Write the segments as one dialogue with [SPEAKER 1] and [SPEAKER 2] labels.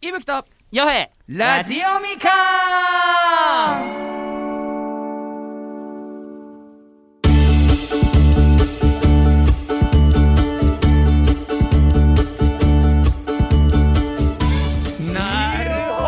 [SPEAKER 1] いぶきと
[SPEAKER 2] ヨヘ
[SPEAKER 1] ラジオみかん
[SPEAKER 2] なる
[SPEAKER 1] なるほ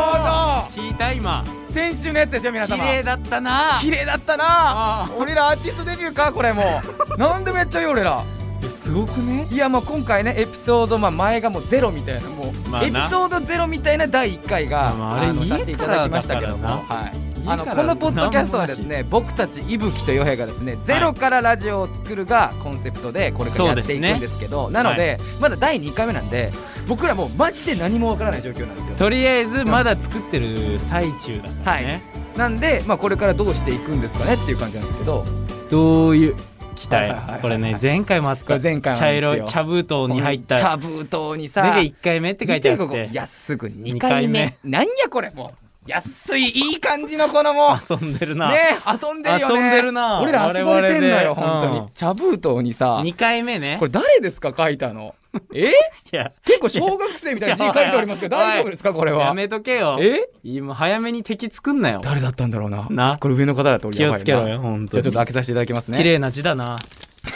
[SPEAKER 2] 聞いた今
[SPEAKER 1] ど先週のやつですよ皆
[SPEAKER 2] 綺
[SPEAKER 1] 様
[SPEAKER 2] 麗だったな
[SPEAKER 1] 綺麗だったな
[SPEAKER 2] あー
[SPEAKER 1] 俺らアーティストデビューかこれも うなんでめっちゃいい俺ら
[SPEAKER 2] えすごくね
[SPEAKER 1] いやもう今回ねエピソード、まあ、前がもうゼロみたいなもう、
[SPEAKER 2] まあな
[SPEAKER 1] エピソードゼロみたいな第1回が、
[SPEAKER 2] まああれ
[SPEAKER 1] の
[SPEAKER 2] 家
[SPEAKER 1] させていただきましたけども、
[SPEAKER 2] からだ
[SPEAKER 1] はい、
[SPEAKER 2] 家
[SPEAKER 1] あの
[SPEAKER 2] から
[SPEAKER 1] このポッドキャストはですね僕たち伊吹とヨヘがですね「ゼロからラジオを作る」がコンセプトでこれからやっていくんですけどなので、まだ第2回目なんで僕らもうマジで何もわからない状況なんですよ。
[SPEAKER 2] とりあえずまだ作ってる最中だからね、
[SPEAKER 1] なんで、まあ、これからどうしていくんですかねっていう感じなんですけど
[SPEAKER 2] どういう期待、
[SPEAKER 1] はいはいはいはい
[SPEAKER 2] これね前回もあっ
[SPEAKER 1] こ
[SPEAKER 2] た
[SPEAKER 1] れ前回も
[SPEAKER 2] 茶
[SPEAKER 1] あるんですよ
[SPEAKER 2] 色い茶封筒に入った
[SPEAKER 1] 茶封筒にさ
[SPEAKER 2] 前回1回目って書いてあって
[SPEAKER 1] 見ここいやすぐ2
[SPEAKER 2] 二
[SPEAKER 1] 回
[SPEAKER 2] 回
[SPEAKER 1] 目
[SPEAKER 2] 目
[SPEAKER 1] なんやこれもう安いいい感じのこのもうね
[SPEAKER 2] 遊んでるな、
[SPEAKER 1] 遊んでるよね
[SPEAKER 2] 遊んでるな
[SPEAKER 1] 俺ら遊ばれてんのよ
[SPEAKER 2] 我々
[SPEAKER 1] 本
[SPEAKER 2] で
[SPEAKER 1] 当に、
[SPEAKER 2] うん
[SPEAKER 1] 茶封筒にさ
[SPEAKER 2] 2回目ね
[SPEAKER 1] これ誰ですか書いたのえ
[SPEAKER 2] いや
[SPEAKER 1] 結構小学生みたいな字書いておりますけど
[SPEAKER 2] いやおい
[SPEAKER 1] 大丈夫ですかこれ
[SPEAKER 2] や
[SPEAKER 1] は
[SPEAKER 2] めとけよ
[SPEAKER 1] え
[SPEAKER 2] 今早めに敵作んなよ
[SPEAKER 1] 誰だったんだろうな
[SPEAKER 2] な
[SPEAKER 1] これ上の方だと俺
[SPEAKER 2] 気
[SPEAKER 1] や
[SPEAKER 2] を
[SPEAKER 1] ばいな
[SPEAKER 2] つけろよ本
[SPEAKER 1] じゃ
[SPEAKER 2] 当
[SPEAKER 1] あちょっと
[SPEAKER 2] に
[SPEAKER 1] 開けさせていただきますね
[SPEAKER 2] 綺麗な字だな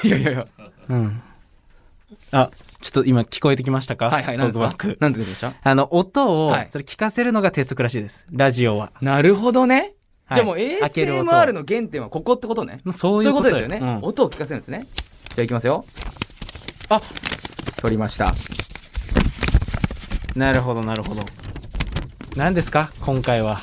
[SPEAKER 2] い
[SPEAKER 1] やいやいや
[SPEAKER 2] うんあちょっと今聞こえてきましたか
[SPEAKER 1] はいはい何です
[SPEAKER 2] トー
[SPEAKER 1] か
[SPEAKER 2] クバック
[SPEAKER 1] 何て出てました
[SPEAKER 2] あの音を
[SPEAKER 1] はい
[SPEAKER 2] それ聞かせるのが鉄則らしいですラジオは
[SPEAKER 1] なるほどね
[SPEAKER 2] はい
[SPEAKER 1] じゃあもう
[SPEAKER 2] 開ける音
[SPEAKER 1] ASMR の原点はここってことね
[SPEAKER 2] もうそうい
[SPEAKER 1] そう
[SPEAKER 2] う
[SPEAKER 1] い
[SPEAKER 2] こ
[SPEAKER 1] うことと
[SPEAKER 2] よ
[SPEAKER 1] ですよね、
[SPEAKER 2] うん
[SPEAKER 1] 音を聞かせるんですねじゃあいきますよ
[SPEAKER 2] あ
[SPEAKER 1] 取りました
[SPEAKER 2] なるほどなるほど何ですか今回は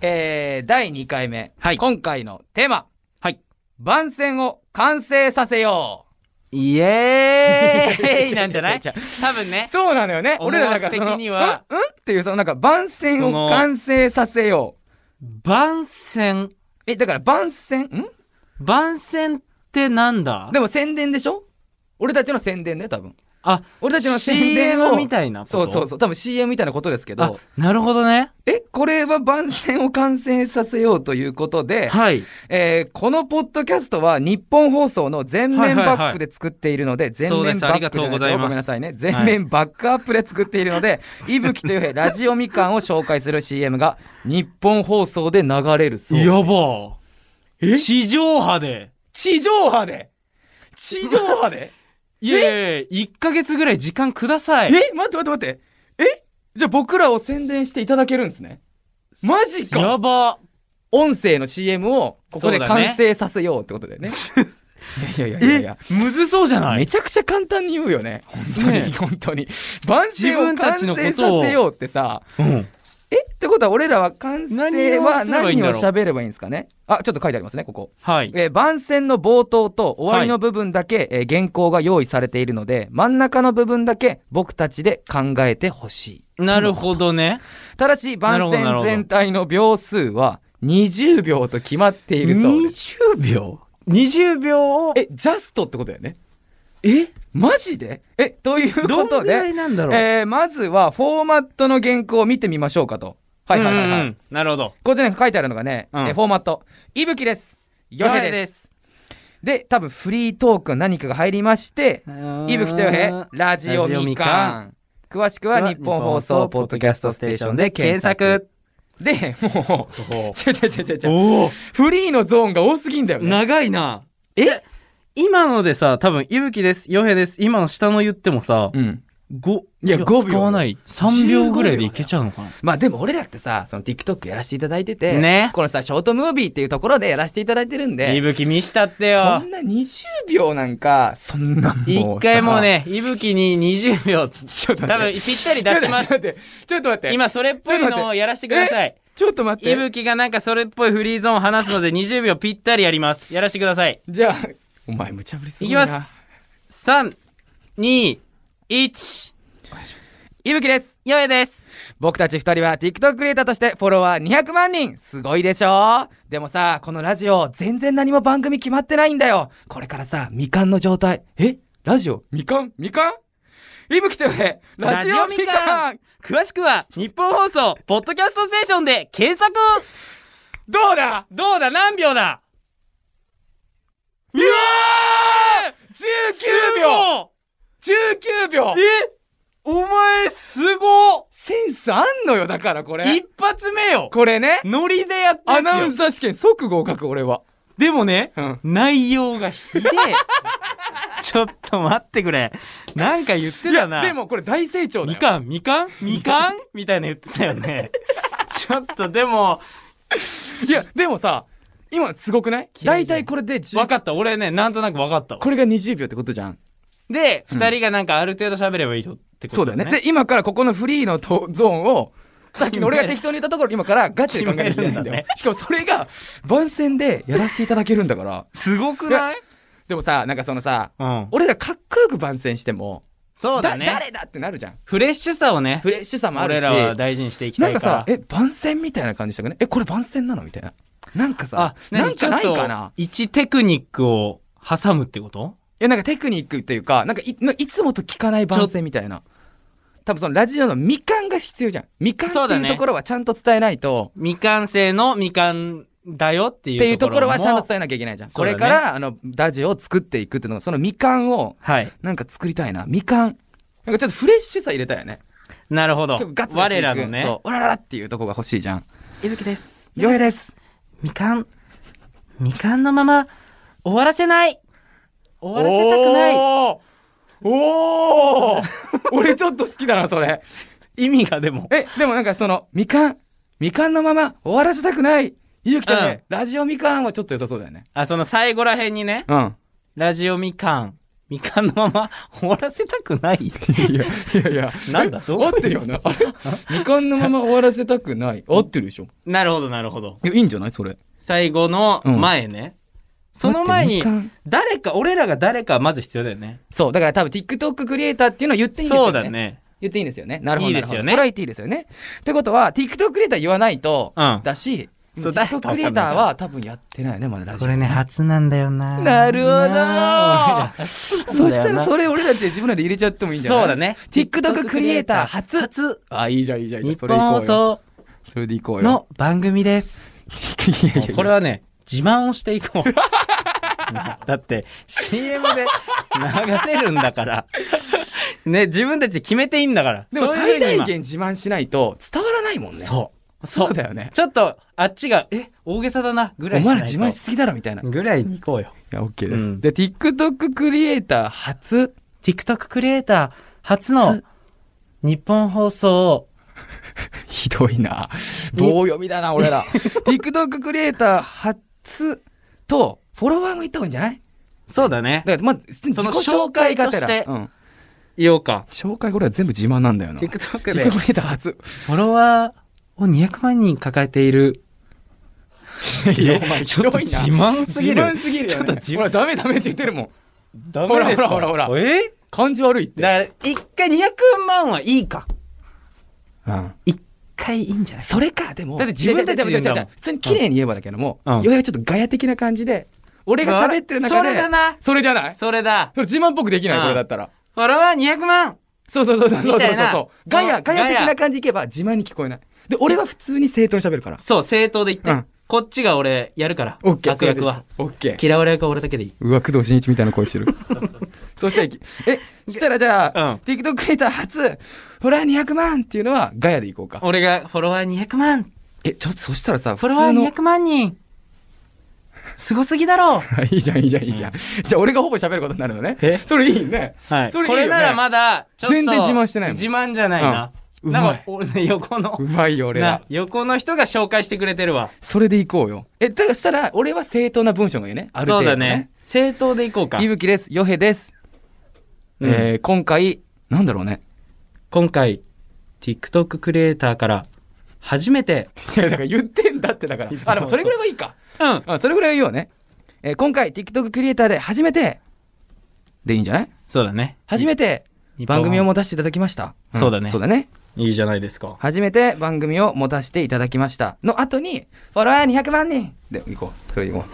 [SPEAKER 1] えー、第2回目、
[SPEAKER 2] はい
[SPEAKER 1] 今回のテーマ
[SPEAKER 2] はい
[SPEAKER 1] 番宣を完成させよ
[SPEAKER 2] イエ ーイなんじゃない
[SPEAKER 1] ちょ
[SPEAKER 2] 多
[SPEAKER 1] ち
[SPEAKER 2] 分
[SPEAKER 1] う
[SPEAKER 2] ね
[SPEAKER 1] そうなのよね俺らだから
[SPEAKER 2] 思惑
[SPEAKER 1] その
[SPEAKER 2] 的には
[SPEAKER 1] うんうんっていうそのなんか番宣を完成させよう
[SPEAKER 2] 番宣
[SPEAKER 1] えだから番宣ん
[SPEAKER 2] 番宣ってなんだ
[SPEAKER 1] でも宣伝でしょ俺たちの宣伝だよ多分
[SPEAKER 2] あ
[SPEAKER 1] 俺たちの宣伝を
[SPEAKER 2] CM みたいなこと
[SPEAKER 1] そうそうそう多分 CM みたいなことですけ
[SPEAKER 2] あ
[SPEAKER 1] ど
[SPEAKER 2] なるほどね
[SPEAKER 1] えこれは番宣を完成させようということで、
[SPEAKER 2] はい
[SPEAKER 1] えーこのポッドキャストは日本放送の全面バックで作っているので、全
[SPEAKER 2] そうで
[SPEAKER 1] 面
[SPEAKER 2] す
[SPEAKER 1] バ
[SPEAKER 2] あり
[SPEAKER 1] ッ
[SPEAKER 2] が
[SPEAKER 1] ク
[SPEAKER 2] と
[SPEAKER 1] じゃ
[SPEAKER 2] う
[SPEAKER 1] な
[SPEAKER 2] ご
[SPEAKER 1] いです
[SPEAKER 2] ざい
[SPEAKER 1] よ。
[SPEAKER 2] ます
[SPEAKER 1] ごめんなさいね。全面バックアップで作っているので、いぶきとよへラジオみかんを紹介する CM が日本放送で流れるそうです。
[SPEAKER 2] やばー地上波で
[SPEAKER 1] 地上波で地上波で
[SPEAKER 2] いやいやいや1ヶ月ぐらい時間くださ
[SPEAKER 1] え
[SPEAKER 2] い
[SPEAKER 1] 待って待って待って。えじゃあ僕らを宣伝していただけるんですね。マジ
[SPEAKER 2] や
[SPEAKER 1] か
[SPEAKER 2] ば
[SPEAKER 1] 音声の CM をここで
[SPEAKER 2] そうだね
[SPEAKER 1] 完成させようってことだよ ね。いやいやいやいや。
[SPEAKER 2] むずそうじゃな
[SPEAKER 1] め
[SPEAKER 2] い
[SPEAKER 1] ちゃくちゃ簡単に言うよね。本当に、
[SPEAKER 2] ねえ
[SPEAKER 1] 本当に。万成
[SPEAKER 2] 自
[SPEAKER 1] を
[SPEAKER 2] 分た
[SPEAKER 1] 完
[SPEAKER 2] ちの
[SPEAKER 1] 成
[SPEAKER 2] ことを
[SPEAKER 1] させようってさ、
[SPEAKER 2] うん
[SPEAKER 1] えってことは俺らは完成
[SPEAKER 2] 何を
[SPEAKER 1] は
[SPEAKER 2] すればいいん
[SPEAKER 1] 何
[SPEAKER 2] だ
[SPEAKER 1] を
[SPEAKER 2] ろう
[SPEAKER 1] 喋ればいいんですかねあ、ちょっと書いてありますね、ここ。
[SPEAKER 2] はい
[SPEAKER 1] えー番宣の冒頭と終わりの部分だけ、えー原稿が用意されているので、真ん中の部分だけ僕たちで考えてほしい。
[SPEAKER 2] なるほどね
[SPEAKER 1] ただし、
[SPEAKER 2] なるほ
[SPEAKER 1] 番
[SPEAKER 2] どなる
[SPEAKER 1] 宣
[SPEAKER 2] ほど
[SPEAKER 1] 全体の秒数は20秒と決まっているそうです。
[SPEAKER 2] 20秒20秒を
[SPEAKER 1] え、ジャストってことだよね
[SPEAKER 2] え
[SPEAKER 1] マジでえ、というこ
[SPEAKER 2] どの
[SPEAKER 1] と
[SPEAKER 2] ぐ
[SPEAKER 1] で
[SPEAKER 2] ら、いなんだろう、
[SPEAKER 1] えーまずはフォーマットの原稿を見てみましょうかと。はいはいはいはい。
[SPEAKER 2] うんうんなるほど
[SPEAKER 1] こちらに書いてあるのがね、
[SPEAKER 2] うん
[SPEAKER 1] えーフォーマット。いぶきです。よへ
[SPEAKER 2] よへ
[SPEAKER 1] で。
[SPEAKER 2] です
[SPEAKER 1] で、多分フリートークの何かが入りまして、いぶきとよへ、ラジオみかん。詳しくは日本放送ポッドキャストステーションで検索。で、もう、ちょちょちょちょちょ、
[SPEAKER 2] おお
[SPEAKER 1] フリーのゾーンが多すぎんだよね。
[SPEAKER 2] 長いなえ今のでさ多分いぶきですよへです今の下の言ってもさ、
[SPEAKER 1] うん。
[SPEAKER 2] 5
[SPEAKER 1] いや5秒
[SPEAKER 2] 使わない3秒ぐらいでいけちゃうのかな
[SPEAKER 1] まあでも俺だってさ、その TikTok やらせていただいてて、
[SPEAKER 2] ね
[SPEAKER 1] このさ、ショートムービーっていうところでやらせていただいてるんで、
[SPEAKER 2] いぶき見したって
[SPEAKER 1] こ
[SPEAKER 2] よ
[SPEAKER 1] んな20秒なんか、そんなもう。
[SPEAKER 2] 一回もう。ねいぶきに20秒
[SPEAKER 1] ちょっ
[SPEAKER 2] 多
[SPEAKER 1] と待
[SPEAKER 2] 分
[SPEAKER 1] って。
[SPEAKER 2] ぴったり出しま
[SPEAKER 1] ちょ
[SPEAKER 2] す
[SPEAKER 1] っと待って。ちょっと待って。
[SPEAKER 2] 今それっぽいのをやらせてください
[SPEAKER 1] ちょっと待っ
[SPEAKER 2] い
[SPEAKER 1] て。
[SPEAKER 2] ぶきがなんかそれっぽいフリーゾーンを話すので20秒ぴったりやりますやらせてください
[SPEAKER 1] じゃあ、お前無茶ぶりする
[SPEAKER 2] いきます321
[SPEAKER 1] いぶきです。
[SPEAKER 2] よえです
[SPEAKER 1] 僕たち二人は TikTok クリエイターとしてフォロワー200万人すごいでしょでもさ、このラジオ全然何も番組決まってないんだよこれからさ、みかんの状態。えラジオみかんみかんいぶきとよへラジオみかん
[SPEAKER 2] 詳しくは日本放送ポッドキャストステーションで検索
[SPEAKER 1] どうだ
[SPEAKER 2] どうだ何秒だうわー
[SPEAKER 1] ?19 秒 !19 秒
[SPEAKER 2] えお前、すご
[SPEAKER 1] センスあんのよ、だからこ
[SPEAKER 2] っ
[SPEAKER 1] れ
[SPEAKER 2] 一。発目よ
[SPEAKER 1] これね。
[SPEAKER 2] ノリでやって
[SPEAKER 1] アナウン
[SPEAKER 2] ス
[SPEAKER 1] サー試験即合格、俺は。
[SPEAKER 2] でもね、
[SPEAKER 1] うん
[SPEAKER 2] 内容がひでえ。 ちょっと待ってくれ。なんか言ってたな。
[SPEAKER 1] でもこれ大成長だ
[SPEAKER 2] み
[SPEAKER 1] よ。
[SPEAKER 2] かん、みかんみかんみたいな言ってたよ ね。ちょっとでも、
[SPEAKER 1] いや、でもさ、今すごくない
[SPEAKER 2] いやい
[SPEAKER 1] 大
[SPEAKER 2] や
[SPEAKER 1] 体これで10
[SPEAKER 2] 分かった。俺ね、なんとなく分かったわ。
[SPEAKER 1] これが20秒ってことじゃん。
[SPEAKER 2] で、二人がなんかある程度喋ればいいよってこ
[SPEAKER 1] そ
[SPEAKER 2] と
[SPEAKER 1] うだよね。で、今からここのフリーのとゾーン を、さっきの俺が適当に言ったところ、今からガチで考えなきゃいけないんだよ。
[SPEAKER 2] 決めるんだね
[SPEAKER 1] しかもそれが、番宣でやらせていただけるんだから。
[SPEAKER 2] すごくない
[SPEAKER 1] でもさ、なんかそのさ、
[SPEAKER 2] うん。
[SPEAKER 1] 俺らかっこよく番宣しても、
[SPEAKER 2] そうだ
[SPEAKER 1] だ
[SPEAKER 2] ね。
[SPEAKER 1] 誰だってなるじゃん。
[SPEAKER 2] フレッシュさをね、
[SPEAKER 1] フレッシュさもある
[SPEAKER 2] 俺
[SPEAKER 1] し。
[SPEAKER 2] らは大事にしていきた
[SPEAKER 1] なん
[SPEAKER 2] い
[SPEAKER 1] か
[SPEAKER 2] から
[SPEAKER 1] さ。、え、番宣みたいな感じしたくねえ、これ番宣なのみたいな。なんか
[SPEAKER 2] あ、、
[SPEAKER 1] さなん
[SPEAKER 2] ち
[SPEAKER 1] か
[SPEAKER 2] ょ
[SPEAKER 1] な
[SPEAKER 2] っ
[SPEAKER 1] いか
[SPEAKER 2] と
[SPEAKER 1] な、
[SPEAKER 2] 一テクニックを挟むってこと
[SPEAKER 1] いや、なんかテクニックっていうか、なんかいいつもと聞かない番宣みたいな。多分そのラジオの未完が必要じゃん。未完
[SPEAKER 2] そう
[SPEAKER 1] って
[SPEAKER 2] だ
[SPEAKER 1] いう
[SPEAKER 2] ね
[SPEAKER 1] ところはちゃんと伝えないと、
[SPEAKER 2] 未完成の未完だよって
[SPEAKER 1] ってい
[SPEAKER 2] いうう
[SPEAKER 1] と
[SPEAKER 2] と
[SPEAKER 1] こ
[SPEAKER 2] ころ
[SPEAKER 1] ろ
[SPEAKER 2] も
[SPEAKER 1] はちゃんと伝えなきゃいけないじゃん。こ
[SPEAKER 2] そうだ
[SPEAKER 1] れ
[SPEAKER 2] ね
[SPEAKER 1] から、あの、ラジオを作っていくっていうのが、その未完を、
[SPEAKER 2] はい。
[SPEAKER 1] なんか作りたいな。未完。なんかちょっとフレッシュさ入れたよね。
[SPEAKER 2] なるほど
[SPEAKER 1] 結構ガ。ツガツ
[SPEAKER 2] 我
[SPEAKER 1] いく
[SPEAKER 2] らのね。
[SPEAKER 1] そう、オラララっていうとこが欲しいじゃん。
[SPEAKER 2] いぶきです。
[SPEAKER 1] よえです。
[SPEAKER 2] みかん、みかんのまま終わらせない終わらせたくない
[SPEAKER 1] おーおー俺ちょっと好きだな、それ。
[SPEAKER 2] 意味がでも。
[SPEAKER 1] え、でもなんかその、みかん、みかんのまま終わらせたくない。ゆうきとね、ラジオみかんはちょっと良さそうだよね。
[SPEAKER 2] あ、その最後らへんにね、
[SPEAKER 1] うん。
[SPEAKER 2] ラジオみかん、みかんのまま終わらせたく ない
[SPEAKER 1] いや、いやい や。
[SPEAKER 2] なんだどう
[SPEAKER 1] 合ってるよね。あ れみかんのまま終わらせたくない。合ってるでしょ。
[SPEAKER 2] なるほど、なるほど。
[SPEAKER 1] いや、いいんじゃないそれ。
[SPEAKER 2] 最後の前ね。その前に
[SPEAKER 1] 待ってみかん、
[SPEAKER 2] 誰か、俺らが誰かまず必要だよね。
[SPEAKER 1] そう、だから多分 TikTok クリエイターっていうのは言っていいんですよね。
[SPEAKER 2] そうだ。ね。
[SPEAKER 1] 言っていいんですよね。なるほど。
[SPEAKER 2] いいですよね
[SPEAKER 1] なるほどこれはいっていいですよね。ってことは、TikTok クリエイター言わないと、
[SPEAKER 2] うん
[SPEAKER 1] だし、
[SPEAKER 2] そう誰か
[SPEAKER 1] TikTok クリエイターは多分やってないよね、まだラジ
[SPEAKER 2] こ
[SPEAKER 1] オ。
[SPEAKER 2] れね、初なんだよな。
[SPEAKER 1] なるほど
[SPEAKER 2] なあ
[SPEAKER 1] そしたらそれ俺たちで自分らで入れちゃってもいいんじゃない
[SPEAKER 2] そうだね
[SPEAKER 1] TikTok クリエイター初。
[SPEAKER 2] 初
[SPEAKER 1] あ、いいじゃん、いいじゃん、いい
[SPEAKER 2] 日
[SPEAKER 1] じゃん。それ行
[SPEAKER 2] 本
[SPEAKER 1] こ
[SPEAKER 2] 放
[SPEAKER 1] うよ。
[SPEAKER 2] 送
[SPEAKER 1] それで行こうよ。
[SPEAKER 2] の番組です。
[SPEAKER 1] いやいやいや
[SPEAKER 2] これはね、自慢をしていこう。 だって、CM で流れるんだから。ね、自分たち決めていいんだから。
[SPEAKER 1] でも
[SPEAKER 2] そういう
[SPEAKER 1] 最大
[SPEAKER 2] ふうに
[SPEAKER 1] 限自慢しないと伝わらないもんね。
[SPEAKER 2] 今そう。
[SPEAKER 1] そ
[SPEAKER 2] そうう。
[SPEAKER 1] だよね。
[SPEAKER 2] ちょっと、あっちが、え、大げさだな、ぐ
[SPEAKER 1] お
[SPEAKER 2] らい
[SPEAKER 1] 前
[SPEAKER 2] しない
[SPEAKER 1] ら
[SPEAKER 2] と。
[SPEAKER 1] 自慢しすぎだろみたいな。い
[SPEAKER 2] ぐらいに行こうよ。
[SPEAKER 1] や、OK です。
[SPEAKER 2] うん
[SPEAKER 1] で、TikTok クリエイター初
[SPEAKER 2] TikTok クリエイター初の
[SPEAKER 1] 初
[SPEAKER 2] 日本放送
[SPEAKER 1] ひどいな。棒読みだな、 俺ら。TikTok クリエイター初と、フォロワーもいった方がいいんじゃない
[SPEAKER 2] そうだね。
[SPEAKER 1] だから、まあ、自己
[SPEAKER 2] その
[SPEAKER 1] 紹介がて
[SPEAKER 2] 紹介と
[SPEAKER 1] ら。
[SPEAKER 2] して
[SPEAKER 1] うん。
[SPEAKER 2] いおうか。
[SPEAKER 1] 紹介これは全部自慢なんだよな。
[SPEAKER 2] TikTok で
[SPEAKER 1] TikTok クリエイター初。
[SPEAKER 2] フォロワーを200万人抱えている。
[SPEAKER 1] いや、お前、
[SPEAKER 2] ちょっと自慢すぎる。
[SPEAKER 1] 自慢すぎるよ、ね。
[SPEAKER 2] ちょっと自
[SPEAKER 1] ほら、
[SPEAKER 2] 慢。
[SPEAKER 1] ダメダメって言ってるもん。
[SPEAKER 2] ダメですか
[SPEAKER 1] ほらほらほら
[SPEAKER 2] え
[SPEAKER 1] 感じ悪いって。
[SPEAKER 2] だから、一回200万はいいか。
[SPEAKER 1] うん。
[SPEAKER 2] 一回いいんじゃない
[SPEAKER 1] それか、でも。
[SPEAKER 2] だって自分たちで言うんだもん
[SPEAKER 1] 違う違う違う違う普通に綺麗に言えばだけども、
[SPEAKER 2] うん
[SPEAKER 1] ようやくちょっとガヤ的な感じで、俺が喋ってる中で。
[SPEAKER 2] それだな
[SPEAKER 1] それじゃないそ
[SPEAKER 2] それだ。
[SPEAKER 1] れ自慢っぽくできない、
[SPEAKER 2] うん
[SPEAKER 1] これだったら。
[SPEAKER 2] フォロワー200万
[SPEAKER 1] そうそうそうそうそ
[SPEAKER 2] み
[SPEAKER 1] うそ
[SPEAKER 2] た
[SPEAKER 1] う
[SPEAKER 2] いな
[SPEAKER 1] そう。ガヤ、
[SPEAKER 2] うん
[SPEAKER 1] ガヤ的
[SPEAKER 2] ガ
[SPEAKER 1] な
[SPEAKER 2] ヤ
[SPEAKER 1] 感じいけば自慢に聞こえない。で、俺は普通に正当に喋るから。
[SPEAKER 2] そう、正当で言って。
[SPEAKER 1] うん
[SPEAKER 2] こっちが俺、やるから。
[SPEAKER 1] オッケー。
[SPEAKER 2] 悪役は。
[SPEAKER 1] オッケー。
[SPEAKER 2] 嫌われ役は俺だけでいい。
[SPEAKER 1] うわ、工藤新一みたいな声して る。そしたらいき、え、したらじゃあ、
[SPEAKER 2] うん
[SPEAKER 1] TikTok クリエイター初、フラー200万っていうのはガヤでいこうか。
[SPEAKER 2] 俺がフォロワー200万
[SPEAKER 1] え、ちょっとそしたらさ、
[SPEAKER 2] フ
[SPEAKER 1] 普
[SPEAKER 2] ォロワ
[SPEAKER 1] 通の
[SPEAKER 2] ー。200万人すごすぎだろう
[SPEAKER 1] いいじゃん、いいじゃん、いいじゃん。じゃあ俺がほぼ喋ることになるのね。
[SPEAKER 2] え
[SPEAKER 1] それいいね。
[SPEAKER 2] はい。
[SPEAKER 1] それいい
[SPEAKER 2] こ
[SPEAKER 1] よ、ね。
[SPEAKER 2] れならまだ、ちょっと。
[SPEAKER 1] 全然自慢してないもん
[SPEAKER 2] 自慢じゃないな。
[SPEAKER 1] うんうまい
[SPEAKER 2] なんか、俺ね、横の
[SPEAKER 1] う。まいよ、俺ら
[SPEAKER 2] な。横の人が紹介してくれてるわ。
[SPEAKER 1] それでいこうよ。え、だからしたら、俺は正当な文章がいいね。ある
[SPEAKER 2] そ
[SPEAKER 1] 程
[SPEAKER 2] う
[SPEAKER 1] 度、
[SPEAKER 2] だ
[SPEAKER 1] ね
[SPEAKER 2] ね。。正当でいこうか
[SPEAKER 1] い。ぶきです。よへです。
[SPEAKER 2] うん
[SPEAKER 1] えー今回、なんだろうね。
[SPEAKER 2] 今回、TikTok クリエイターから、初めて、
[SPEAKER 1] いや、だから言ってんだって、だから。あ、でもそれぐらいはいいか。
[SPEAKER 2] うん。
[SPEAKER 1] あそれぐらいは言おうね。えー今回、TikTok クリエイターで初めて、でいいんじゃない
[SPEAKER 2] そうだね。
[SPEAKER 1] 初めて
[SPEAKER 2] 日本
[SPEAKER 1] 番組を持たせていただきました。ん
[SPEAKER 2] そうだね
[SPEAKER 1] そうだね。
[SPEAKER 2] いいじゃないですか。
[SPEAKER 1] 初めて番組を持たせていただきました。の後に、フォロワー200万人で、行こう。それで行こう。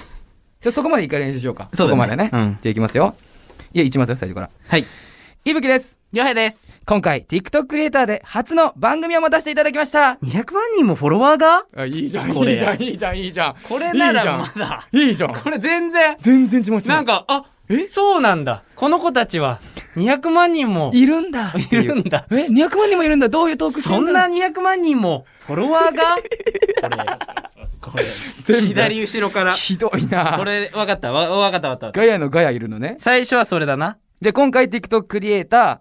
[SPEAKER 1] じゃあそこまで一回練習しようか。
[SPEAKER 2] そうだ
[SPEAKER 1] こ
[SPEAKER 2] ね
[SPEAKER 1] こまでね。
[SPEAKER 2] うん
[SPEAKER 1] じゃあ行きますよ。いや、行きますよ、最初から。
[SPEAKER 2] はい。
[SPEAKER 1] いぶきです。
[SPEAKER 2] りょうへいです。
[SPEAKER 1] 今回、TikTok クリエイターで初の番組を持たせていただきました。
[SPEAKER 2] 200万人もフォロワーが
[SPEAKER 1] あ、いいじゃん、
[SPEAKER 2] これ
[SPEAKER 1] いいじゃん、いいじゃん、いいじゃん。
[SPEAKER 2] これない
[SPEAKER 1] いじゃ
[SPEAKER 2] ら
[SPEAKER 1] ん
[SPEAKER 2] まだ。
[SPEAKER 1] いいじゃん。
[SPEAKER 2] これ全然、
[SPEAKER 1] 全然自慢して
[SPEAKER 2] なん
[SPEAKER 1] か、
[SPEAKER 2] か、あ、
[SPEAKER 1] え
[SPEAKER 2] そうなんだ。この子たちは200万人も
[SPEAKER 1] いるんだって
[SPEAKER 2] い
[SPEAKER 1] い
[SPEAKER 2] る
[SPEAKER 1] う
[SPEAKER 2] んだ。
[SPEAKER 1] え200万人もいるんだどういうトークして
[SPEAKER 2] そん
[SPEAKER 1] の
[SPEAKER 2] な200万人もフォロワーがこれ、これ、
[SPEAKER 1] 全部
[SPEAKER 2] 左後ろから。
[SPEAKER 1] ひどいな
[SPEAKER 2] これ、わかった、わ、わかった、わかった。
[SPEAKER 1] ガヤのガヤいるのね
[SPEAKER 2] 最初はそれだな。
[SPEAKER 1] で今回 TikTok クリエイター、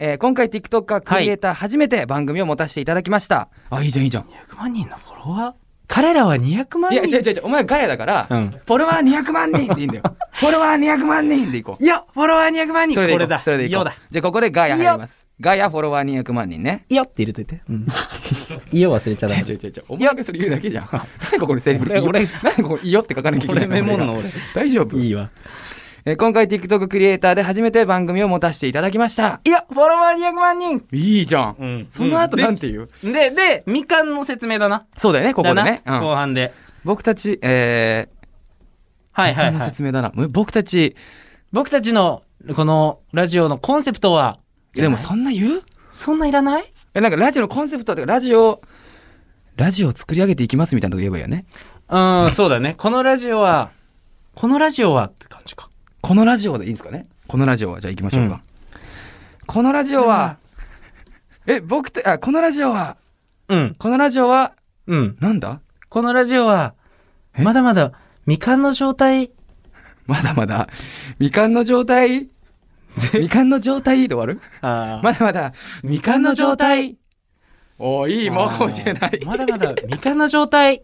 [SPEAKER 1] えー今回 TikTok カークリエイター初めて番組を持たせていただきました、あいいじゃんいいじゃん
[SPEAKER 2] 200万人のフォロワー彼らは200万
[SPEAKER 1] い
[SPEAKER 2] 人
[SPEAKER 1] や違う違う違うお前ガヤだから、
[SPEAKER 2] うん
[SPEAKER 1] フォロワー200万人 でいいんだよフォロワー200万人でいこう
[SPEAKER 2] いや、フォロワー200万人
[SPEAKER 1] それでいこう
[SPEAKER 2] これだ。
[SPEAKER 1] それでいこ
[SPEAKER 2] よ
[SPEAKER 1] う
[SPEAKER 2] だ。
[SPEAKER 1] じゃあここでガヤ入りますガヤフォロワー200万人ね
[SPEAKER 2] いよって入れといて。うん。 いよ忘れちゃダ
[SPEAKER 1] 違
[SPEAKER 2] メ
[SPEAKER 1] う。違う違うお前がそれ言うだけじゃ ん何ここにセリフで
[SPEAKER 2] 俺
[SPEAKER 1] いいよ
[SPEAKER 2] 俺
[SPEAKER 1] 何ここいいよって書かなきゃいけない
[SPEAKER 2] 俺メモんの
[SPEAKER 1] 俺が
[SPEAKER 2] 俺
[SPEAKER 1] 大丈夫
[SPEAKER 2] いいわ。
[SPEAKER 1] えー今回 TikTok クリエイターで初めて番組を持たせていただきました
[SPEAKER 2] いや、フォロワー200万人
[SPEAKER 1] いいじゃん、
[SPEAKER 2] うん
[SPEAKER 1] その後なんて言う、
[SPEAKER 2] で、で、みかんの説明だな。
[SPEAKER 1] そうだよねここでね、
[SPEAKER 2] だな
[SPEAKER 1] うん
[SPEAKER 2] 後半で。
[SPEAKER 1] 僕たちえー
[SPEAKER 2] はいはい
[SPEAKER 1] この
[SPEAKER 2] はい。
[SPEAKER 1] 説明だなむ僕たち
[SPEAKER 2] 僕たちの、この、ラジオのコンセプトは、
[SPEAKER 1] でもそんな言う
[SPEAKER 2] そんないらない
[SPEAKER 1] えなんかラジオのコンセプトとかラジオラジオを作り上げていきますみたいなこと言えばいいよね
[SPEAKER 2] うん、そうだね。このラジオは、このラジオはって感じか。
[SPEAKER 1] このラジオでいいんですかねこのラジオはじゃあ行きましょうか、このラジオは、え僕たあこのラジオは
[SPEAKER 2] うん、
[SPEAKER 1] このラジオは
[SPEAKER 2] うん。
[SPEAKER 1] なんだ
[SPEAKER 2] このラジオは、
[SPEAKER 1] え
[SPEAKER 2] まだまだ、みかんの状態、
[SPEAKER 1] まだまだみかんの状態みかんの状態で終わる
[SPEAKER 2] あー
[SPEAKER 1] まだまだ、みかんの状態。おーいいもん
[SPEAKER 2] あー
[SPEAKER 1] かもしれない。
[SPEAKER 2] まだまだ、未完の状態。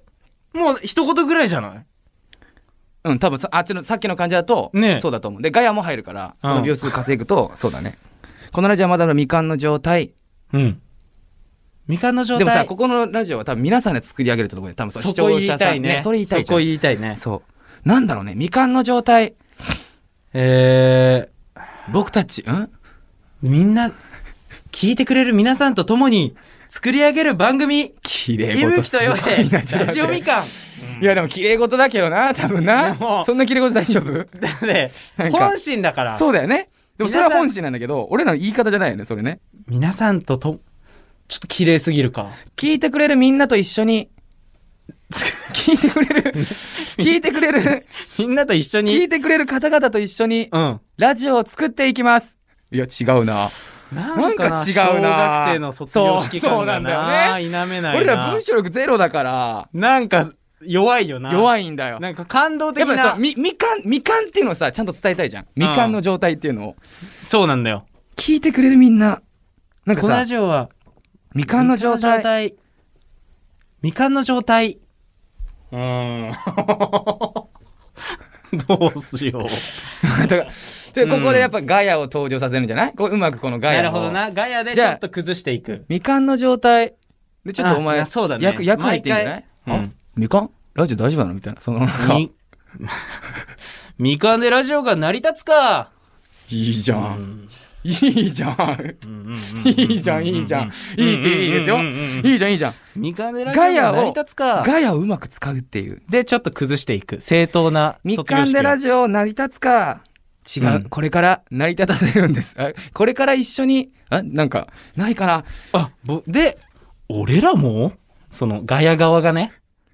[SPEAKER 2] もう、一言ぐらいじゃない
[SPEAKER 1] うん、多分さ、あっちの、さっきの感じだと、
[SPEAKER 2] ねえ
[SPEAKER 1] そうだと思う。で、ガヤも入るから、
[SPEAKER 2] うん
[SPEAKER 1] その秒数稼ぐと、そうだね。このラジオはまだのみかんの状態。
[SPEAKER 2] うん。未完の状
[SPEAKER 1] で
[SPEAKER 2] 態。
[SPEAKER 1] もさ、ここのラジオは多分皆さんで作り上げるってところで、多分その
[SPEAKER 2] そ
[SPEAKER 1] 視
[SPEAKER 2] こ
[SPEAKER 1] 聴
[SPEAKER 2] 言い
[SPEAKER 1] 者
[SPEAKER 2] た
[SPEAKER 1] さ
[SPEAKER 2] い
[SPEAKER 1] ん
[SPEAKER 2] ね。
[SPEAKER 1] それ言いたい
[SPEAKER 2] そ
[SPEAKER 1] じゃ
[SPEAKER 2] こ
[SPEAKER 1] ん。
[SPEAKER 2] 言いたいね。
[SPEAKER 1] そう。なんだろうね、みかんの状態。
[SPEAKER 2] え
[SPEAKER 1] 僕たち、ん
[SPEAKER 2] ー、みんな、聞いてくれる皆さんと共に、作り上げる番組、
[SPEAKER 1] 綺麗
[SPEAKER 2] いぶ
[SPEAKER 1] 事
[SPEAKER 2] き
[SPEAKER 1] す
[SPEAKER 2] と
[SPEAKER 1] ごい
[SPEAKER 2] よ
[SPEAKER 1] な
[SPEAKER 2] へ、
[SPEAKER 1] ちょ っと待っ
[SPEAKER 2] ラ
[SPEAKER 1] て
[SPEAKER 2] ジオみかん。
[SPEAKER 1] いや、でも綺麗事だけどな、多分
[SPEAKER 2] でも
[SPEAKER 1] な。そんな綺麗事大 丈夫
[SPEAKER 2] だって
[SPEAKER 1] なんか
[SPEAKER 2] 本心だから。
[SPEAKER 1] そうだよね。でもそれは本心なんだけど、俺らの言い方じゃないよね、それね。
[SPEAKER 2] 皆さんとと、ちょっと綺麗すぎるか。
[SPEAKER 1] 聞いてくれるみんなと一緒に、聞いてくれる、聞いてくれる、
[SPEAKER 2] みんなと一緒
[SPEAKER 1] 聞
[SPEAKER 2] に、
[SPEAKER 1] いてくれる方々と一緒に、
[SPEAKER 2] うん。
[SPEAKER 1] ラジオを作っていきます。いや、違うな。
[SPEAKER 2] なんか
[SPEAKER 1] なんか違
[SPEAKER 2] 違
[SPEAKER 1] う
[SPEAKER 2] う
[SPEAKER 1] な
[SPEAKER 2] な。小学生の卒業式感が
[SPEAKER 1] そうそうなんだよ
[SPEAKER 2] な。
[SPEAKER 1] ね
[SPEAKER 2] 否めないな。
[SPEAKER 1] 俺ら文章力ゼロだから、
[SPEAKER 2] なんか弱いよな。い。
[SPEAKER 1] 弱いんだよ。
[SPEAKER 2] なんか感動
[SPEAKER 1] や
[SPEAKER 2] 的
[SPEAKER 1] っぱさ
[SPEAKER 2] な。
[SPEAKER 1] み、みかん、みかんっていうのをさ、ちゃんと伝えたいじゃん。みかんの状態っていうのを。
[SPEAKER 2] そうなんだよ。
[SPEAKER 1] 聞いてくれるみんな。なんか
[SPEAKER 2] この
[SPEAKER 1] さ
[SPEAKER 2] ラ、ジオは、
[SPEAKER 1] みかんの状態。
[SPEAKER 2] みかんの状態。みかん の状態。うーん。どうしよう。
[SPEAKER 1] だからで、ここでやっぱガヤを登場させるんじゃないこううまくこのガ
[SPEAKER 2] な
[SPEAKER 1] ヤを。
[SPEAKER 2] るほどな。ガヤでちょっと崩していく。
[SPEAKER 1] みかんの状態でちょっとお前
[SPEAKER 2] あそうだね
[SPEAKER 1] 役役入ってんじゃない、
[SPEAKER 2] 毎回
[SPEAKER 1] あ
[SPEAKER 2] うん
[SPEAKER 1] みかんラジオ大丈夫なのみたいなそのなんかい
[SPEAKER 2] み、みかんでラジオが成り立つか。
[SPEAKER 1] いじゃん、
[SPEAKER 2] ん
[SPEAKER 1] いいじゃんいいじゃんいいじゃんいいっていいですよ
[SPEAKER 2] うんうんうんうん
[SPEAKER 1] いいじゃんいいじゃん
[SPEAKER 2] みかんでラジオが成り立つか。
[SPEAKER 1] ガヤをうまく使うっていう
[SPEAKER 2] で、ちょっと崩していく。正当な卒業
[SPEAKER 1] み
[SPEAKER 2] 式を。
[SPEAKER 1] かんでラジオ成り立つか違う、
[SPEAKER 2] うん
[SPEAKER 1] これから成り立たせるんですあこれから一緒にあなんかないかな
[SPEAKER 2] あ、ぼ、で、俺らもその、ガヤ側がね。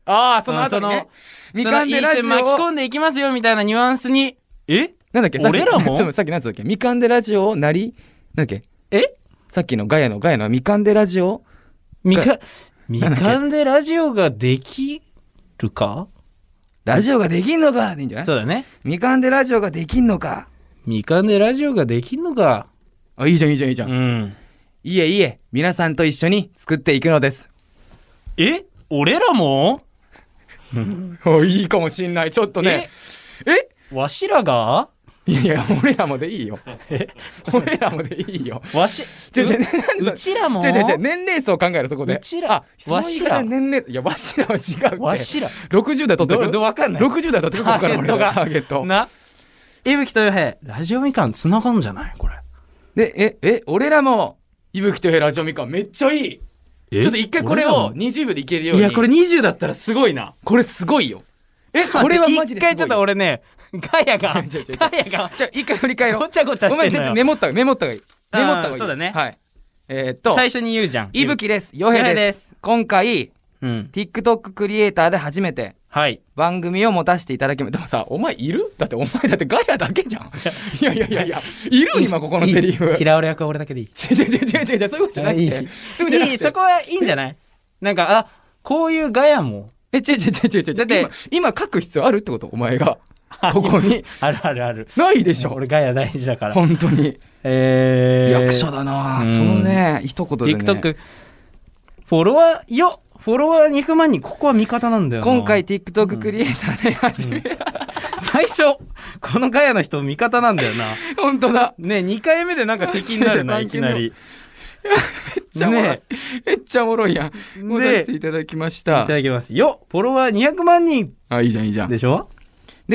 [SPEAKER 1] ああその後にねみかんでラジオ
[SPEAKER 2] その一緒に巻き
[SPEAKER 1] を
[SPEAKER 2] 込んでいきますよ、みたいなニュアンスに。え
[SPEAKER 1] なんだっけさっき
[SPEAKER 2] 俺らも
[SPEAKER 1] ちょっとさっき何つったっけみかんでラジオをなりなんだっけ
[SPEAKER 2] え
[SPEAKER 1] さっきのガヤのガヤのみかんでラジオ
[SPEAKER 2] みか、みかんでラジオができるか
[SPEAKER 1] ラジオができんのかでいいんじゃない
[SPEAKER 2] そうだね。
[SPEAKER 1] みかんでラジオができんのか
[SPEAKER 2] みかんでラジオができんのか。
[SPEAKER 1] あ、いいじゃん、いいじゃん、いいじゃん。
[SPEAKER 2] ん。
[SPEAKER 1] いえいえ、皆さんと一緒に作っていくのです。
[SPEAKER 2] え俺らも
[SPEAKER 1] おいいかもしんない。ちょっとね。え
[SPEAKER 2] わしらが
[SPEAKER 1] いやいや、俺らもでいい よ。俺らもでいいよ。
[SPEAKER 2] わし、
[SPEAKER 1] ちょちょ、ね、なん
[SPEAKER 2] う
[SPEAKER 1] で
[SPEAKER 2] ちらも
[SPEAKER 1] ちょちょちょ、年齢層考えろ、そこで。
[SPEAKER 2] うちら
[SPEAKER 1] あ、そういう言い方
[SPEAKER 2] わしら
[SPEAKER 1] 年齢層。いや、わしらは違うって。
[SPEAKER 2] わしら。
[SPEAKER 1] 60代取って
[SPEAKER 2] ど、
[SPEAKER 1] る
[SPEAKER 2] ど、わかんない。
[SPEAKER 1] ?60 代取ってるここから俺らタ
[SPEAKER 2] タ
[SPEAKER 1] ーゲット。
[SPEAKER 2] な。いぶきとよへい、ラジオみかん繋がんじゃないこれ。
[SPEAKER 1] で、え、え、俺らも、いぶきとへラジオみかんめっちゃいい。
[SPEAKER 2] え
[SPEAKER 1] ちょっと一回これを20秒でいけるよう
[SPEAKER 2] い
[SPEAKER 1] に。
[SPEAKER 2] や、これ20だったらすごいな。
[SPEAKER 1] これすごいよ。え、これはマジ
[SPEAKER 2] 一
[SPEAKER 1] ですごいよ。
[SPEAKER 2] 回ちょっと俺ね、ガヤが、
[SPEAKER 1] 違う違う違う
[SPEAKER 2] ガヤが、
[SPEAKER 1] じゃあ一回振り返ろ
[SPEAKER 2] ご
[SPEAKER 1] う。
[SPEAKER 2] ちゃごちゃ
[SPEAKER 1] お
[SPEAKER 2] し
[SPEAKER 1] 前
[SPEAKER 2] てん
[SPEAKER 1] 絶対
[SPEAKER 2] のよ。
[SPEAKER 1] メモった方がいいメモった方がいい。
[SPEAKER 2] あー
[SPEAKER 1] メモった方がいい。
[SPEAKER 2] そうだね
[SPEAKER 1] はい。えー、っと、
[SPEAKER 2] 最初に言うじゃん。
[SPEAKER 1] いぶ
[SPEAKER 2] き。
[SPEAKER 1] きです。よへい
[SPEAKER 2] よへい
[SPEAKER 1] で
[SPEAKER 2] です
[SPEAKER 1] す。今回、
[SPEAKER 2] うん。
[SPEAKER 1] TikTok クリエイターで初めて、
[SPEAKER 2] はい。
[SPEAKER 1] 番組を持たせていただきまでもさお前いるだってお前だってガヤだけじゃんいやいやいやいやいる今ここのセリフ違う
[SPEAKER 2] 嫌われ役は俺だけでいい。
[SPEAKER 1] 違う違う違う違うそういうことじゃなくて
[SPEAKER 2] いい
[SPEAKER 1] そういうことじゃなく
[SPEAKER 2] い
[SPEAKER 1] て
[SPEAKER 2] い、そこはいいんじゃないなんか、あ、こういうガヤも。
[SPEAKER 1] え違う違う違う違う違う
[SPEAKER 2] だって
[SPEAKER 1] 今今書く必要あるってことお前がここに
[SPEAKER 2] あるあるある。
[SPEAKER 1] ないでしょ
[SPEAKER 2] 俺ガヤ大事だから。
[SPEAKER 1] 本当に
[SPEAKER 2] えー、
[SPEAKER 1] 役者だなそのね一言でね
[SPEAKER 2] TikTok、フォロワー、よフォロワー200万人、ここは味方なんだよな
[SPEAKER 1] 今回、TikTok クリエイターで始め
[SPEAKER 2] 最初、このガヤの人味方なんだよな。
[SPEAKER 1] 本当だ
[SPEAKER 2] ね2回目でなんか 敵になるな、いきなり。
[SPEAKER 1] めっちゃおもろい、
[SPEAKER 2] ね
[SPEAKER 1] めっちゃおもろいやん。もう
[SPEAKER 2] で
[SPEAKER 1] 出していただきまし
[SPEAKER 2] い
[SPEAKER 1] た
[SPEAKER 2] た。だきます。よフォロワー200万人
[SPEAKER 1] あ、いいじゃん、いいじゃん。
[SPEAKER 2] で
[SPEAKER 1] で、
[SPEAKER 2] しょ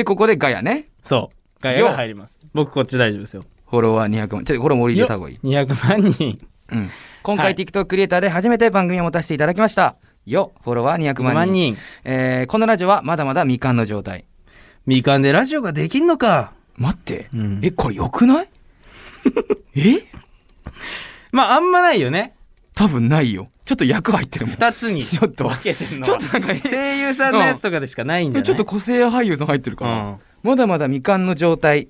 [SPEAKER 1] ここでガヤね。
[SPEAKER 2] そう。ガヤが入ります。僕こっち大丈夫ですよ。
[SPEAKER 1] フォロワー200万。ちょっとこれも俺入れた方がいい。
[SPEAKER 2] 200万人。
[SPEAKER 1] うん。今
[SPEAKER 2] は
[SPEAKER 1] 回
[SPEAKER 2] い
[SPEAKER 1] TikTok クリエイターで初めて番組を持たせていただきました。よ、フォロワー200
[SPEAKER 2] 200
[SPEAKER 1] 万人。
[SPEAKER 2] 万人。
[SPEAKER 1] えー、このラジオはまだまだ未完の状態。
[SPEAKER 2] みかんでラジオができんのか。
[SPEAKER 1] 待って。
[SPEAKER 2] うん
[SPEAKER 1] え、これ良くない え
[SPEAKER 2] まあ、あんまないよね。
[SPEAKER 1] 多分ないよ。ちょっと役入ってるもん。
[SPEAKER 2] 二つに。
[SPEAKER 1] ちょっと
[SPEAKER 2] 分けてんの
[SPEAKER 1] ちょ
[SPEAKER 2] は
[SPEAKER 1] っとなんか、
[SPEAKER 2] 声優さんのやつとかでしかないんじゃない
[SPEAKER 1] ちょっと個性派優さん入ってるか
[SPEAKER 2] う
[SPEAKER 1] ら、
[SPEAKER 2] ん
[SPEAKER 1] まだまだ未完の状態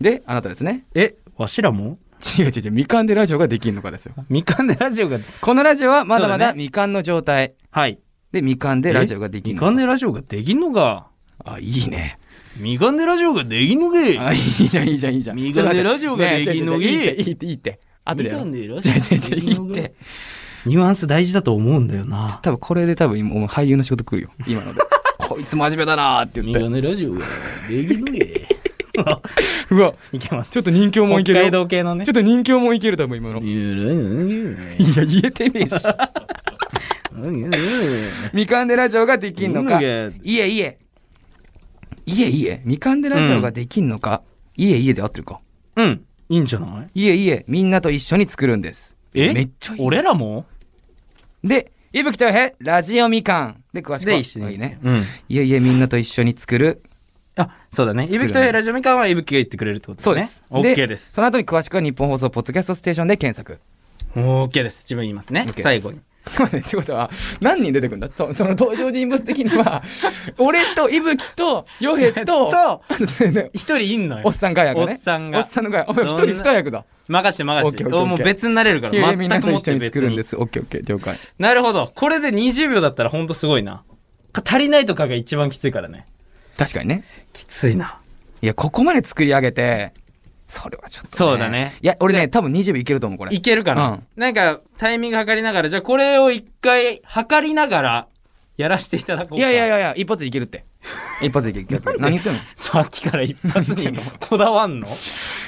[SPEAKER 1] で、あなたですね。
[SPEAKER 2] え、わしらも
[SPEAKER 1] 違う違う違う、未完でラジオができるのかですよ。
[SPEAKER 2] みかんでラジオが、
[SPEAKER 1] このラジオはまだま
[SPEAKER 2] そ
[SPEAKER 1] だ
[SPEAKER 2] うだね
[SPEAKER 1] 未完の状態
[SPEAKER 2] はい。
[SPEAKER 1] で未完でラジオができ
[SPEAKER 2] み
[SPEAKER 1] る
[SPEAKER 2] か
[SPEAKER 1] の
[SPEAKER 2] んでラジオができんのか。
[SPEAKER 1] あいいね
[SPEAKER 2] みかんでラジオができんのけ。
[SPEAKER 1] あいいじゃんいいじゃんいいじゃん
[SPEAKER 2] みかんでラジオができんの
[SPEAKER 1] ちょっと待ってね
[SPEAKER 2] げ
[SPEAKER 1] いいっていいっていいってあとでやろう
[SPEAKER 2] でラ
[SPEAKER 1] じゃあじゃあじゃあいいって
[SPEAKER 2] ニュアンス大事だと思うんだよな。
[SPEAKER 1] 多分これで多分今お前俳優の仕事来るよ今 のでこいつ真面目だなーって
[SPEAKER 2] み
[SPEAKER 1] 言
[SPEAKER 2] か
[SPEAKER 1] って
[SPEAKER 2] んでラジオができんのけ。
[SPEAKER 1] うわ
[SPEAKER 2] いけます。
[SPEAKER 1] ちょっと人形もいけ
[SPEAKER 2] 北海
[SPEAKER 1] るよ
[SPEAKER 2] 道系のね
[SPEAKER 1] ちょ。っと人形もいける多分今のい
[SPEAKER 2] い
[SPEAKER 1] や言えてねえし
[SPEAKER 2] や
[SPEAKER 1] みかんでラジオができんのか
[SPEAKER 2] い
[SPEAKER 1] い
[SPEAKER 2] い
[SPEAKER 1] え
[SPEAKER 2] のか
[SPEAKER 1] いえいえいえみかんでラジオができんのか、いえいえで合ってるか
[SPEAKER 2] うん。いいんじゃない
[SPEAKER 1] いえいえみんなと一緒に作るんです
[SPEAKER 2] え
[SPEAKER 1] めっちゃいい
[SPEAKER 2] 俺らも
[SPEAKER 1] で、伊吹豊平、ラジオみかん。で、詳しくは
[SPEAKER 2] に
[SPEAKER 1] いいね。
[SPEAKER 2] うん。
[SPEAKER 1] いやいや、みんなと一緒に作る。
[SPEAKER 2] あ、そうだね。い
[SPEAKER 1] る
[SPEAKER 2] ぶきとヘラジオみかんはいぶきが言ってくれるってこと
[SPEAKER 1] そう
[SPEAKER 2] ね。
[SPEAKER 1] です。
[SPEAKER 2] オッケーです。
[SPEAKER 1] その後に詳しくは日本放送、ポッドキャストステーションで検索。
[SPEAKER 2] オッケーです。自分言いますね
[SPEAKER 1] OK で。す
[SPEAKER 2] 最後に。
[SPEAKER 1] ちょっと待って、ってことは、何人出てくんだそその登場人物的に は、俺と伊吹と、ヨヘと、
[SPEAKER 2] と、一人いんの
[SPEAKER 1] お
[SPEAKER 2] よ
[SPEAKER 1] っ。さんが役ね。
[SPEAKER 2] おっさんが
[SPEAKER 1] おっさんのが役。お前
[SPEAKER 2] そ
[SPEAKER 1] 一
[SPEAKER 2] んな
[SPEAKER 1] 人二役だ。
[SPEAKER 2] 任して任して。
[SPEAKER 1] OK OK OK
[SPEAKER 2] もう別になれるか
[SPEAKER 1] いやい
[SPEAKER 2] ら。
[SPEAKER 1] や、みんな
[SPEAKER 2] 全く
[SPEAKER 1] と
[SPEAKER 2] も
[SPEAKER 1] 一
[SPEAKER 2] って
[SPEAKER 1] 緒に
[SPEAKER 2] 別
[SPEAKER 1] 作るんで
[SPEAKER 2] に。
[SPEAKER 1] す。オッケーオッケー、了解。
[SPEAKER 2] なるほど。これで20秒だったらほんとすごいな。か足りないとかが一番きついからね。
[SPEAKER 1] 確かにね。
[SPEAKER 2] きついな。
[SPEAKER 1] いや、ここまで作り上げて、それはちょっと、
[SPEAKER 2] そうだね
[SPEAKER 1] いや、俺ね、多分20秒いけると思う、これ。
[SPEAKER 2] いけるかな、
[SPEAKER 1] うん
[SPEAKER 2] なんか、タイミング測りながら、じゃあこれを一回測りながら、やらせていただこうか。
[SPEAKER 1] いやいやい
[SPEAKER 2] や。
[SPEAKER 1] やいや、一発でいけ るって。一発でいけるって。 何言ってんの
[SPEAKER 2] さっきから一発にこだわんの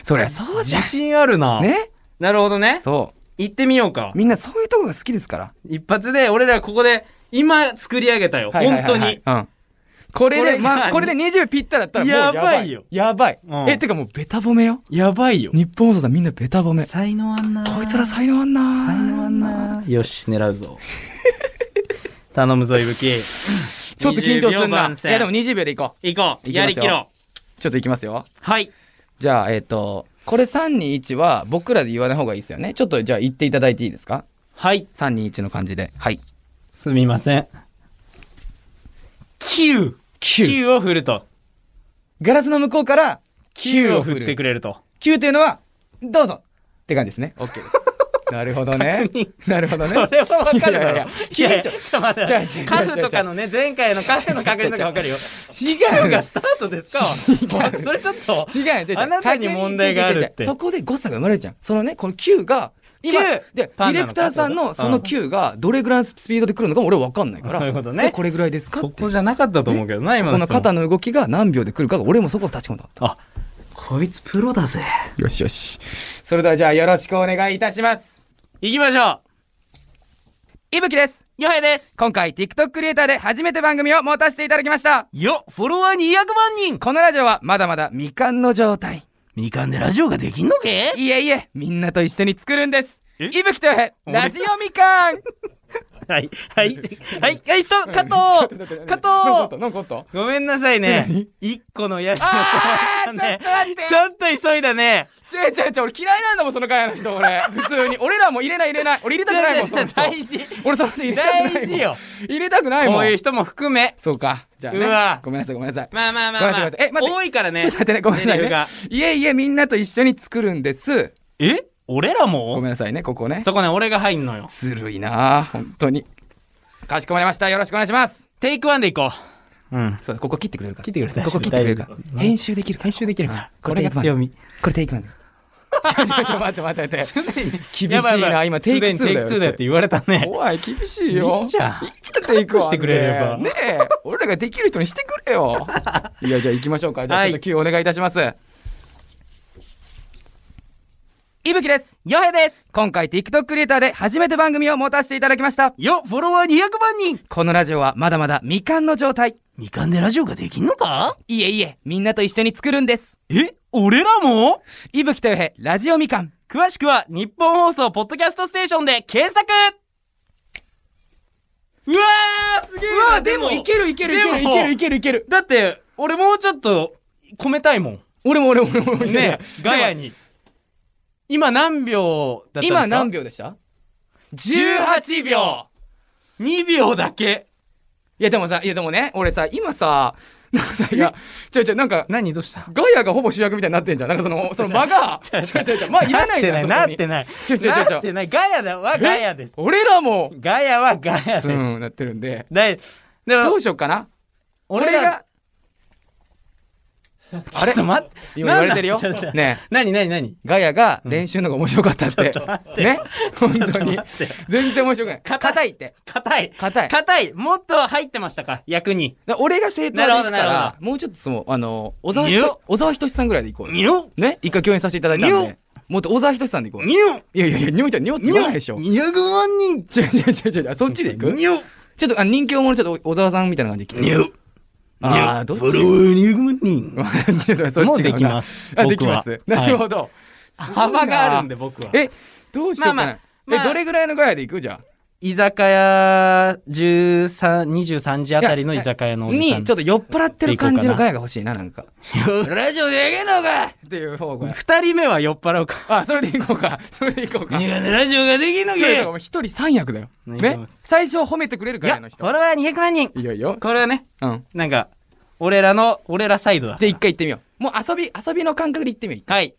[SPEAKER 1] そりゃそうじゃ
[SPEAKER 2] 自信あるな。
[SPEAKER 1] ん。ね
[SPEAKER 2] なるほどね。
[SPEAKER 1] そ
[SPEAKER 2] 行ってみようか
[SPEAKER 1] う。。みんなそういうとこが好きですから。
[SPEAKER 2] 一発で、俺らここで、今作り上げたよ。
[SPEAKER 1] はいはいはい
[SPEAKER 2] 本当
[SPEAKER 1] は
[SPEAKER 2] に
[SPEAKER 1] い。。うん。これ
[SPEAKER 2] これ
[SPEAKER 1] で、
[SPEAKER 2] が
[SPEAKER 1] まあ、これで20ピッタだったらもうやばい。
[SPEAKER 2] やばいよ
[SPEAKER 1] やばい。
[SPEAKER 2] うん
[SPEAKER 1] え、てかもうベタ褒めよ。
[SPEAKER 2] やばいよ。
[SPEAKER 1] 日本放送さんみんなベタ褒め。
[SPEAKER 2] 才能あんな。
[SPEAKER 1] こいつら才能あんな
[SPEAKER 2] 才能あんな。よし、狙うぞ。 頼むぞ、いぶ き。
[SPEAKER 1] ちょっと緊張すんな。
[SPEAKER 2] 20
[SPEAKER 1] いや、でも20秒でいこ
[SPEAKER 2] 行こう。
[SPEAKER 1] いきますよ
[SPEAKER 2] やりきろう。
[SPEAKER 1] う。ちょっといきますよ。
[SPEAKER 2] はい。
[SPEAKER 1] じゃあ、えっ、と、これ321は僕らで言わない方がいいですよね。ちょっとじゃあ言っていただいていいですか
[SPEAKER 2] はい。
[SPEAKER 1] ?321 の感じで。はい。
[SPEAKER 2] すみません。9。
[SPEAKER 1] 九
[SPEAKER 2] 9を振ると。
[SPEAKER 1] ガラスの向こうから
[SPEAKER 2] 9
[SPEAKER 1] 9
[SPEAKER 2] を
[SPEAKER 1] を振
[SPEAKER 2] 振って
[SPEAKER 1] る
[SPEAKER 2] く。れると。
[SPEAKER 1] 9というのは、どうぞって感じですね。OK です。 なるほどね
[SPEAKER 2] 確認。
[SPEAKER 1] なるほどね。
[SPEAKER 2] それはわかるだ
[SPEAKER 1] いやいや
[SPEAKER 2] ろ
[SPEAKER 1] い。や
[SPEAKER 2] いやいや
[SPEAKER 1] ち
[SPEAKER 2] ち
[SPEAKER 1] ょ
[SPEAKER 2] ょっと待って
[SPEAKER 1] 違う違う違う違う。
[SPEAKER 2] カフとかのね、前回のカフの確認とかわかるよ。
[SPEAKER 1] 違う
[SPEAKER 2] がスタートですか
[SPEAKER 1] 違う
[SPEAKER 2] それちょっと。
[SPEAKER 1] 違う違う違う。
[SPEAKER 2] あなたに
[SPEAKER 1] 確認
[SPEAKER 2] 問題があるって
[SPEAKER 1] 違う違う違うそこで誤差が生まれるじゃん。そのね、この9が、今
[SPEAKER 2] 9
[SPEAKER 1] で、デ
[SPEAKER 2] パ
[SPEAKER 1] ィ
[SPEAKER 2] ンな
[SPEAKER 1] レ
[SPEAKER 2] の
[SPEAKER 1] ク
[SPEAKER 2] か
[SPEAKER 1] ターさんのその9がどれぐらいのスピードで来るのか俺わかんないから。
[SPEAKER 2] そういうことね
[SPEAKER 1] でこれぐらいですか
[SPEAKER 2] そ
[SPEAKER 1] って。
[SPEAKER 2] こ
[SPEAKER 1] こ
[SPEAKER 2] じゃなかったと思うけどな、今の
[SPEAKER 1] の
[SPEAKER 2] 質問
[SPEAKER 1] 肩の動きが何秒で来るかが俺もそこを立ち込んだ。
[SPEAKER 2] あ、こいつプロだぜ。
[SPEAKER 1] よしよし。それではじゃあよろしくお願いいたします。
[SPEAKER 2] 行きましょ
[SPEAKER 1] いぶきです。
[SPEAKER 2] う。よへです。
[SPEAKER 1] 今回 TikTok クリエイターで初めて番組を持たせていただきました。
[SPEAKER 2] よ、フォロワー200万人。
[SPEAKER 1] このラジオはまだまだ未完の状態。
[SPEAKER 2] みかんでラジオができんのけ
[SPEAKER 1] いえいえ、みんなと一緒に作るんです。
[SPEAKER 2] え
[SPEAKER 1] いぶきとへ、
[SPEAKER 2] 俺
[SPEAKER 1] ラジオみかん
[SPEAKER 2] はい、はい、はい、はい、ストップ、カットカ
[SPEAKER 1] なん
[SPEAKER 2] ッ
[SPEAKER 1] か
[SPEAKER 2] ト
[SPEAKER 1] なんかあった
[SPEAKER 2] ごめんなさいね。一個のやつを飛ばしたね
[SPEAKER 1] あーち
[SPEAKER 2] ちょっと急いだね。
[SPEAKER 1] 違う違う違う俺嫌いなんだもんその会話の人俺普通に俺らも入れない入れない俺入れたくないもんその人
[SPEAKER 2] 大事。
[SPEAKER 1] 俺その人入れたくないもん
[SPEAKER 2] 大事よ。
[SPEAKER 1] 入れたくない
[SPEAKER 2] こ
[SPEAKER 1] も
[SPEAKER 2] ういうん人も含め。
[SPEAKER 1] そうかじゃあね
[SPEAKER 2] うわ
[SPEAKER 1] ごめんなさいごめんなさい
[SPEAKER 2] まあまあまあ、
[SPEAKER 1] ごめ
[SPEAKER 2] ま
[SPEAKER 1] んな
[SPEAKER 2] あ
[SPEAKER 1] さいごめんなさいえ待って
[SPEAKER 2] 多いからね。
[SPEAKER 1] ちょっと待ってねごめんなさい
[SPEAKER 2] セリフ
[SPEAKER 1] ね
[SPEAKER 2] が
[SPEAKER 1] いえいえみんなと一緒に作るんです
[SPEAKER 2] え俺らも
[SPEAKER 1] ごめんなさいねここね
[SPEAKER 2] そこね、俺が入んのよ。
[SPEAKER 1] ずるいなあ本当にかしこまりましたよろしくお願いします
[SPEAKER 2] テイクワンでいこう。うん。
[SPEAKER 1] そうここ切ってくれるから
[SPEAKER 2] 切ってくれる
[SPEAKER 1] ここ切ってくれるか
[SPEAKER 2] 大丈夫
[SPEAKER 1] ら編集できるから
[SPEAKER 2] 回収できるから。
[SPEAKER 1] こ
[SPEAKER 2] こ
[SPEAKER 1] れ
[SPEAKER 2] れ
[SPEAKER 1] が
[SPEAKER 2] が
[SPEAKER 1] 強
[SPEAKER 2] 強み。
[SPEAKER 1] これテイクマンちょちょちょ待って待 って待って 厳
[SPEAKER 2] や
[SPEAKER 1] し
[SPEAKER 2] ば
[SPEAKER 1] い
[SPEAKER 2] やば
[SPEAKER 1] ない今テイク2
[SPEAKER 2] すでにテイク2だよって言われたね。
[SPEAKER 1] 怖い厳しいよ
[SPEAKER 2] いいじゃん
[SPEAKER 1] いいじゃんテイクワンで
[SPEAKER 2] してくれれば
[SPEAKER 1] ねえ俺らができる人にしてくれ よいやじゃあ行きましょうかじゃあ
[SPEAKER 2] は
[SPEAKER 1] ち
[SPEAKER 2] い
[SPEAKER 1] ょっと Q お願いいたします、い、ぶきです
[SPEAKER 2] よへです。
[SPEAKER 1] 今回 TikTok クリエイターで初めて番組を持たせていただきました
[SPEAKER 2] よ、フォロワー200万人
[SPEAKER 1] このラジオはまだまだ未完の状態
[SPEAKER 2] みかんでラジオができんのか
[SPEAKER 1] いえいえみんなと一緒に作るんです
[SPEAKER 2] え、俺らも
[SPEAKER 1] いぶきとよへラジオみかん
[SPEAKER 2] 詳しくは、日本放送ポッドキャストステーションで検索うわーすげえ
[SPEAKER 1] うわでもいけるいけるいけるいけるいけるいける
[SPEAKER 2] だって、俺もうちょっと、込めたいもん。
[SPEAKER 1] 俺も俺も俺も俺も
[SPEAKER 2] ね、ガヤに。今何秒だったんですか
[SPEAKER 1] 今何秒でした
[SPEAKER 2] 18秒 !2 秒だけ
[SPEAKER 1] いやでもさいやでもね俺さ今さなんかいやちょちょなんか
[SPEAKER 2] 何どうした
[SPEAKER 1] ガヤがほぼ主役みたいになってんじゃんなんかそのその間が違う違う違うまあいらないんだよ
[SPEAKER 2] なって
[SPEAKER 1] い
[SPEAKER 2] ない。
[SPEAKER 1] 違う
[SPEAKER 2] な
[SPEAKER 1] 違う違う
[SPEAKER 2] ってない。なってない。ガヤだはガヤです。
[SPEAKER 1] 俺らも
[SPEAKER 2] ガヤはガヤです。
[SPEAKER 1] うんなってるんで
[SPEAKER 2] で、で
[SPEAKER 1] ど
[SPEAKER 2] も
[SPEAKER 1] う、しようかな
[SPEAKER 2] 俺が、
[SPEAKER 1] あれ
[SPEAKER 2] ちょっと待って。
[SPEAKER 1] 今言われてるよ
[SPEAKER 2] なんだちょっと
[SPEAKER 1] ね
[SPEAKER 2] 何何何
[SPEAKER 1] ガヤが練習の方が面白かったって
[SPEAKER 2] ちょっと待っ。て
[SPEAKER 1] ね本当
[SPEAKER 2] ちょっと
[SPEAKER 1] に
[SPEAKER 2] 待って。
[SPEAKER 1] 全然面白くない。
[SPEAKER 2] 硬い
[SPEAKER 1] 硬いって。
[SPEAKER 2] 硬い。
[SPEAKER 1] 硬い
[SPEAKER 2] 硬い。もっと入ってましたか役に。
[SPEAKER 1] だから俺が正統で行
[SPEAKER 2] なるほ
[SPEAKER 1] くか
[SPEAKER 2] どなる
[SPEAKER 1] ら
[SPEAKER 2] ほ、
[SPEAKER 1] もうちょっとその、あの、小沢
[SPEAKER 2] ニュ
[SPEAKER 1] ひと小沢ひとしさんぐらいで行こうよ。
[SPEAKER 2] にょ
[SPEAKER 1] ね一回共演させていただいたん
[SPEAKER 2] ニュ
[SPEAKER 1] で。もっと小沢ひとしさんで行こう。い
[SPEAKER 2] にょ
[SPEAKER 1] やいやいや、ニョイちゃん、ニョって言わないでしょ。
[SPEAKER 2] 200万人
[SPEAKER 1] 違う違う違う違うあ。そっちで行く
[SPEAKER 2] にょ
[SPEAKER 1] ちょっと、あ人気者ちょっと小沢さんみたいな感じで来て。
[SPEAKER 2] にょ
[SPEAKER 1] あーどっち
[SPEAKER 2] フォロワー200万人。
[SPEAKER 1] ちょっとそっちが
[SPEAKER 2] もうできます
[SPEAKER 1] あ、
[SPEAKER 2] 僕は
[SPEAKER 1] できます。なるほど。
[SPEAKER 2] 幅があるんで僕は。
[SPEAKER 1] え、どうしようか
[SPEAKER 2] まあ
[SPEAKER 1] な。
[SPEAKER 2] まあま
[SPEAKER 1] え、
[SPEAKER 2] あ
[SPEAKER 1] どれぐらいのガヤで行くじゃ
[SPEAKER 2] 居酒屋13、23時あたりの居酒屋
[SPEAKER 1] あ。
[SPEAKER 2] のおじさん。
[SPEAKER 1] に、ちょっと酔っ払ってる感じの
[SPEAKER 2] 行こうかな
[SPEAKER 1] ガヤが欲しいな、なんか。 ラジオでやげんのかっていう方が。
[SPEAKER 2] 二人目は酔っ払うか。
[SPEAKER 1] あ、それで行こうか。それで行こうか。
[SPEAKER 2] 苦手ラジオができんの
[SPEAKER 1] いやいやお前一人三役だよ。
[SPEAKER 2] お願いし
[SPEAKER 1] ね
[SPEAKER 2] ま。す
[SPEAKER 1] 最初褒めてくれる
[SPEAKER 2] い
[SPEAKER 1] ガヤ
[SPEAKER 2] や、
[SPEAKER 1] の
[SPEAKER 2] フ
[SPEAKER 1] 人。
[SPEAKER 2] ォロワー200万人。
[SPEAKER 1] いいよいいよ。
[SPEAKER 2] これはね、
[SPEAKER 1] うん。
[SPEAKER 2] なんか、俺らの、俺らサイドだ。
[SPEAKER 1] じゃあ一回行ってみよう。もう遊び、遊びの感覚で行ってみよう。
[SPEAKER 2] はい。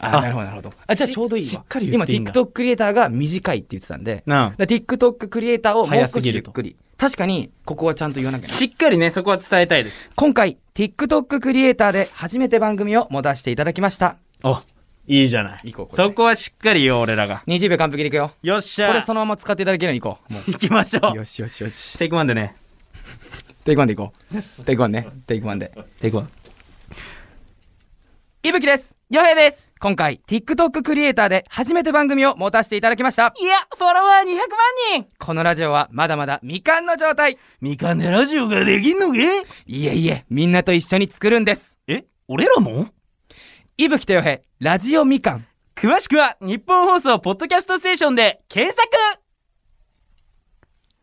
[SPEAKER 1] あ、
[SPEAKER 2] あ
[SPEAKER 1] なるほど、なるほど。あ、じゃあ
[SPEAKER 2] し
[SPEAKER 1] ちょうどいいわ。
[SPEAKER 2] しっかり言
[SPEAKER 1] 今、
[SPEAKER 2] っていいんだ
[SPEAKER 1] TikTok クリエイターが短いって言ってたんで、
[SPEAKER 2] なあ
[SPEAKER 1] だから TikTok クリエイターをもう
[SPEAKER 2] 早
[SPEAKER 1] 少
[SPEAKER 2] す
[SPEAKER 1] し
[SPEAKER 2] ぎ
[SPEAKER 1] ゆっ
[SPEAKER 2] ると
[SPEAKER 1] くり。確かに、ここはちゃんと言わなきゃな。
[SPEAKER 2] しっかりね、そこは伝えたいです。
[SPEAKER 1] 今回、TikTok クリエイターで初めて番組を持たせていただきました。
[SPEAKER 2] お、いいじゃない
[SPEAKER 1] いいここれ
[SPEAKER 2] そこはしっかり言おう、俺らが。
[SPEAKER 1] 20秒完璧でいくよ。
[SPEAKER 2] よっし
[SPEAKER 1] こ
[SPEAKER 2] ゃ。
[SPEAKER 1] れそのまま使っていただけるようにいこう。も
[SPEAKER 2] 行きましょ
[SPEAKER 1] う。
[SPEAKER 2] う。
[SPEAKER 1] よしよしよし。
[SPEAKER 2] テイクワンでね。
[SPEAKER 1] テイクワンでいこう。テイクワンね。テイクワンで。
[SPEAKER 2] テイクワン。
[SPEAKER 1] いぶきです。
[SPEAKER 2] よへです。
[SPEAKER 1] 今回、TikTok クリエイターで初めて番組を持たせていただきました。
[SPEAKER 2] いや、フォロワー200万人
[SPEAKER 1] このラジオはまだまだ未完の状態。
[SPEAKER 2] みかんでラジオができんのけ
[SPEAKER 1] いえいえ、みんなと一緒に作るんです。
[SPEAKER 2] え、俺らも
[SPEAKER 1] いぶきとよへ、ラジオみかん。
[SPEAKER 2] 詳しくは、日本放送ポッドキャストステーションで検索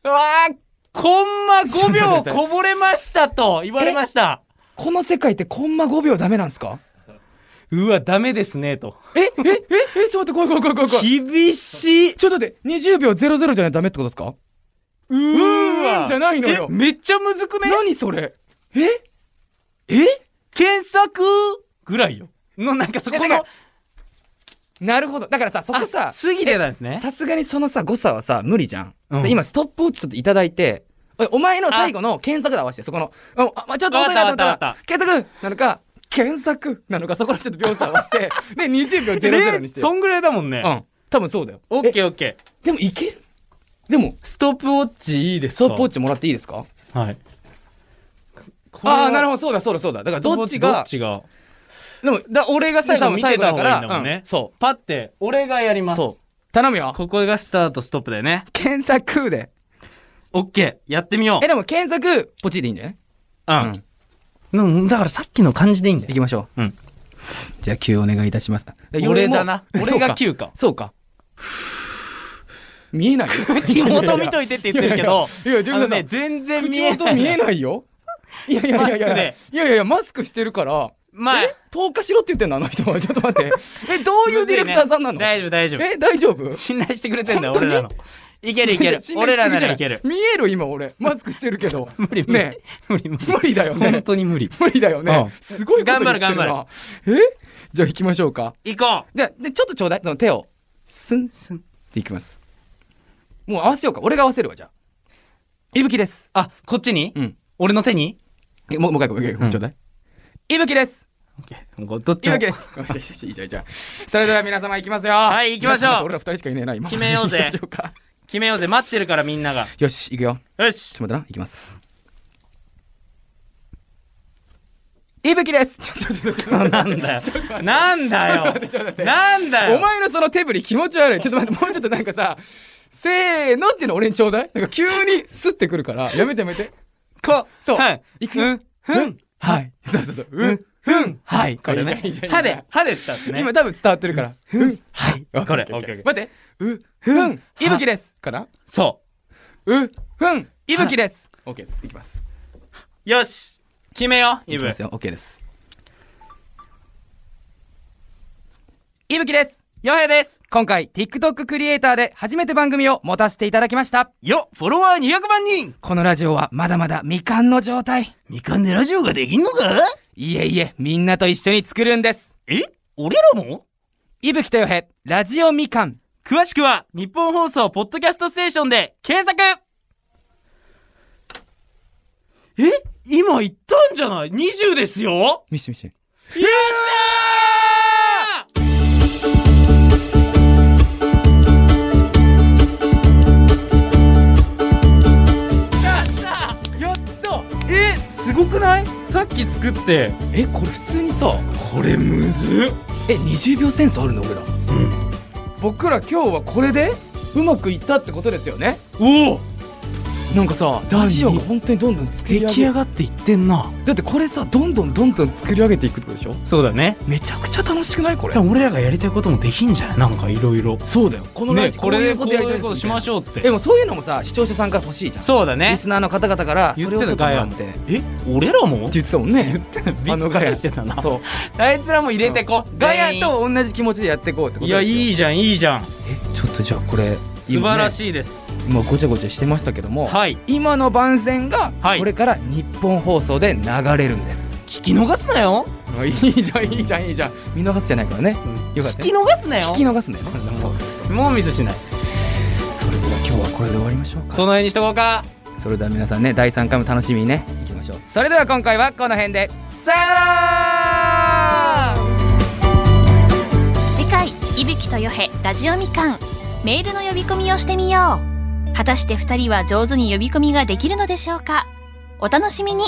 [SPEAKER 2] うわー、コンマ5秒こぼれましたと言われました。
[SPEAKER 1] この世界ってコンマ5秒ダメなんですか
[SPEAKER 2] うわ、ダメですね、と。
[SPEAKER 1] ええええちょっと待って、怖い怖い怖い怖い怖い。
[SPEAKER 2] 厳しい。
[SPEAKER 1] ちょっと待って、20秒00じゃないとダメってことですか
[SPEAKER 2] う
[SPEAKER 1] うーんじゃないのよ
[SPEAKER 2] え。めっちゃむずくね
[SPEAKER 1] 何それ
[SPEAKER 2] ええ検索ぐらいよ。の、なんかそこ
[SPEAKER 1] いやだ
[SPEAKER 2] の
[SPEAKER 1] か、なるほど。だからさ、そこさ
[SPEAKER 2] あ、過ぎてたんですね。
[SPEAKER 1] さすがにそのさ、誤差はさ、無理じゃん。
[SPEAKER 2] うん
[SPEAKER 1] で今、ストップウォッチちょっといただいて、おお前の最後の検索で合わせて、そこの、あ、あまちょっと遅いなと思った
[SPEAKER 2] わからったわか、
[SPEAKER 1] 検索なのか、検索なのか、そこらちょっと秒差合わせ て、で、20秒00にして。
[SPEAKER 2] そんぐらいだもん
[SPEAKER 1] う
[SPEAKER 2] ね。
[SPEAKER 1] ん。多分そうだよ。
[SPEAKER 2] オッケーオッケー。
[SPEAKER 1] えでもいけるでも、
[SPEAKER 2] ストップウォッチいいです
[SPEAKER 1] ス
[SPEAKER 2] か
[SPEAKER 1] トップウォッチもらっていいですか
[SPEAKER 2] はい。
[SPEAKER 1] ああ、なる
[SPEAKER 2] ほ
[SPEAKER 1] ほど、そうだ、そうだ、そうだ。だから、どっちが、
[SPEAKER 2] が。
[SPEAKER 1] でも、
[SPEAKER 2] だ俺が最後見てた方がいいんだもん
[SPEAKER 1] う
[SPEAKER 2] ね
[SPEAKER 1] ん。そ
[SPEAKER 2] パって、俺がやります。
[SPEAKER 1] そう。頼むよ。
[SPEAKER 2] ここがスタートストップだよね。
[SPEAKER 1] 検索で。
[SPEAKER 2] オッケー、やってみよ。
[SPEAKER 1] え、でも検索、ポチでいいんじゃないう
[SPEAKER 2] うん。うん、だからさっきの感じでいいんだ
[SPEAKER 1] 行
[SPEAKER 2] よ。
[SPEAKER 1] きましょう。
[SPEAKER 2] うん
[SPEAKER 1] じゃあ、9お願いいたします。
[SPEAKER 2] 俺だな俺が9か
[SPEAKER 1] そうか。そうか見えないよ。
[SPEAKER 2] 口元見といてって言ってるけど、
[SPEAKER 1] いやいやいやいやでも
[SPEAKER 2] あ
[SPEAKER 1] さ
[SPEAKER 2] のね、全然見
[SPEAKER 1] 口
[SPEAKER 2] えな
[SPEAKER 1] 元
[SPEAKER 2] い。
[SPEAKER 1] 見えないよ。いやいやいや
[SPEAKER 2] マ
[SPEAKER 1] い
[SPEAKER 2] スク
[SPEAKER 1] や。
[SPEAKER 2] で
[SPEAKER 1] いやいやいや、マスクしてるから。
[SPEAKER 2] まあ
[SPEAKER 1] え、透過しろって言ってんのあの人は。ちょっと 待って。え、どういうディレクターさんなの、
[SPEAKER 2] 大丈夫、大丈夫。
[SPEAKER 1] え、大丈夫
[SPEAKER 2] 信頼してくれてんだよ、
[SPEAKER 1] 本
[SPEAKER 2] 俺
[SPEAKER 1] 当に
[SPEAKER 2] らの。いけるいけ る。
[SPEAKER 1] 信頼しすぎじゃない
[SPEAKER 2] 俺らならいける。
[SPEAKER 1] 見える今俺。マスクしてるけど。
[SPEAKER 2] 無理無理。
[SPEAKER 1] ね
[SPEAKER 2] 無理無理。
[SPEAKER 1] 無理だよ ね
[SPEAKER 2] 本当に無理。
[SPEAKER 1] 無理だよね
[SPEAKER 2] う。ん
[SPEAKER 1] すごいこと言ってるな。
[SPEAKER 2] 頑張る頑
[SPEAKER 1] えじゃあ行きましょうか。
[SPEAKER 2] 行こ
[SPEAKER 1] で、で、ちょっとちょうだい。その手を、スン、スンっていきます。もう合わせようか。俺が合わせるわ、じゃあ。いぶきです
[SPEAKER 2] う。。あ、こっちに
[SPEAKER 1] うん。
[SPEAKER 2] 俺の手に
[SPEAKER 1] えもう、もう一回、もう一
[SPEAKER 2] う
[SPEAKER 1] 回、
[SPEAKER 2] ん
[SPEAKER 1] ちょうだい。いぶきです。
[SPEAKER 2] どっ
[SPEAKER 1] い
[SPEAKER 2] ち
[SPEAKER 1] ぶ
[SPEAKER 2] も
[SPEAKER 1] きです。よしよしよしいいじゃんいいじゃんそれでは皆様行きますよ。
[SPEAKER 2] はい行きましょう
[SPEAKER 1] 皆様俺ら二人しかいねえな、今。
[SPEAKER 2] 決めようぜ
[SPEAKER 1] 行きましょか
[SPEAKER 2] 決めようぜ。待ってるからみんなが。
[SPEAKER 1] よし、行くよ。
[SPEAKER 2] よし
[SPEAKER 1] ち。ょっと待ってな、いきます。いぶきです。 ちょちょちょちょ
[SPEAKER 2] なんだよ。なんだよ。なんだよ。
[SPEAKER 1] お前のその手振り気持ち悪い。ちょっと待って、もうちょっとなんかさ、せーのっていうの俺にちょうだい。なんか急にスッてくるから、やめてやめて。
[SPEAKER 2] こ
[SPEAKER 1] そう
[SPEAKER 2] はい。
[SPEAKER 1] いく
[SPEAKER 2] う
[SPEAKER 1] よ
[SPEAKER 2] ん。ふん。
[SPEAKER 1] はい。そうそうそう。うん。
[SPEAKER 2] うん。はい。こ
[SPEAKER 1] これ
[SPEAKER 2] れ
[SPEAKER 1] ね
[SPEAKER 2] ね。歯で、歯で使ってね。
[SPEAKER 1] 今多分伝わってるから。うん。
[SPEAKER 2] はい。
[SPEAKER 1] オッケ
[SPEAKER 2] こ
[SPEAKER 1] ー
[SPEAKER 2] れ
[SPEAKER 1] オッ、ケー
[SPEAKER 2] オ
[SPEAKER 1] オ
[SPEAKER 2] ッ
[SPEAKER 1] ッ
[SPEAKER 2] ケ
[SPEAKER 1] ケ
[SPEAKER 2] ーオッケー。
[SPEAKER 1] ー待って。う、ふん。いぶきです。かな、
[SPEAKER 2] そう
[SPEAKER 1] ふん。いぶきです。オッケーです。いきます。
[SPEAKER 2] う。よし。決めよう、イ
[SPEAKER 1] いき
[SPEAKER 2] ブ
[SPEAKER 1] ま。すよ。オッケーです。いぶきです。
[SPEAKER 2] ヨヘです。
[SPEAKER 1] 今回、TikTok クリエイターで初めて番組を持たせていただきました。
[SPEAKER 2] よ、フォロワー200万人
[SPEAKER 1] このラジオはまだまだ未完の状態。
[SPEAKER 2] みかんでラジオができんのか
[SPEAKER 1] いえいえ、みんなと一緒に作るんです。
[SPEAKER 2] え俺らも
[SPEAKER 1] いぶきとよへ、ラジオみかん。
[SPEAKER 2] 詳しくは、日本放送ポッドキャストステーションで検索え今言ったんじゃない ?20 ですよ
[SPEAKER 1] 見して見して。
[SPEAKER 2] よっしゃー
[SPEAKER 1] やった
[SPEAKER 2] えすごくないさっき作って
[SPEAKER 1] え、これ普通にさ、
[SPEAKER 2] これむずっ
[SPEAKER 1] え、20秒センスあるの俺ら。僕ら今日はこれで、うまくいったってことですよね。
[SPEAKER 2] おお
[SPEAKER 1] なんかさ、
[SPEAKER 2] 第二
[SPEAKER 1] ラジオが本当にどんどん作り上げ
[SPEAKER 2] がっていってんな
[SPEAKER 1] だってこれさ、どんどんどんどん作り上げていくってことでしょ
[SPEAKER 2] そうだね
[SPEAKER 1] めちゃくちゃ楽しくないこれ。
[SPEAKER 2] 俺らがやりたいこともできんじゃないなんかいろいろ
[SPEAKER 1] そうだよ。このラ
[SPEAKER 2] ね
[SPEAKER 1] ジオ、
[SPEAKER 2] これ
[SPEAKER 1] うい
[SPEAKER 2] で
[SPEAKER 1] う
[SPEAKER 2] こ
[SPEAKER 1] こ
[SPEAKER 2] う
[SPEAKER 1] とやり
[SPEAKER 2] い
[SPEAKER 1] たいうです
[SPEAKER 2] ことし
[SPEAKER 1] みたい
[SPEAKER 2] ま
[SPEAKER 1] な
[SPEAKER 2] しょうっ
[SPEAKER 1] で
[SPEAKER 2] て
[SPEAKER 1] もそういうのもさ視聴者さんから欲しいじゃん、
[SPEAKER 2] そうだ
[SPEAKER 1] リ
[SPEAKER 2] ね
[SPEAKER 1] スナーの方々から
[SPEAKER 2] 言っ
[SPEAKER 1] それを
[SPEAKER 2] て
[SPEAKER 1] ちょ
[SPEAKER 2] た
[SPEAKER 1] っとも
[SPEAKER 2] ガ
[SPEAKER 1] ら
[SPEAKER 2] ヤ
[SPEAKER 1] っ
[SPEAKER 2] も
[SPEAKER 1] てって
[SPEAKER 2] え俺ら も
[SPEAKER 1] 言ってたもんね
[SPEAKER 2] びっくりしてたな
[SPEAKER 1] そう
[SPEAKER 2] あいつらも入れてこ
[SPEAKER 1] ガ
[SPEAKER 2] 全
[SPEAKER 1] ヤ
[SPEAKER 2] 員
[SPEAKER 1] と同じ気持ちでやっていこうってこと
[SPEAKER 2] いや
[SPEAKER 1] い
[SPEAKER 2] いいじゃんいいじゃん
[SPEAKER 1] ちょっとじゃあこれ
[SPEAKER 2] 素晴ら
[SPEAKER 1] い
[SPEAKER 2] しいです
[SPEAKER 1] 今ごちゃごちゃしてましたけども、
[SPEAKER 2] はい
[SPEAKER 1] 今の番宣が
[SPEAKER 2] はい
[SPEAKER 1] これから日本放送で流れるんです、
[SPEAKER 2] 聞き逃すなよ
[SPEAKER 1] い、いじゃんいいじゃんいいじゃん見逃すじゃないからねよかった
[SPEAKER 2] 聞き
[SPEAKER 1] ね
[SPEAKER 2] 逃すなよ
[SPEAKER 1] 聞き逃すんだよね
[SPEAKER 2] んなもん
[SPEAKER 1] そうそうそう
[SPEAKER 2] もうミスしない
[SPEAKER 1] それでは今日はこれで終わりましょう
[SPEAKER 2] こ
[SPEAKER 1] か
[SPEAKER 2] の辺にしとこうか
[SPEAKER 1] それでは皆さんね第3回も楽しみにねいきましょうそれでは今回はこの辺でさよなら
[SPEAKER 3] 次回「いびきとよへラジオみかん」メールの呼び込みをしてみよう果たして2人は上手に呼び込みができるのでしょうかお楽しみに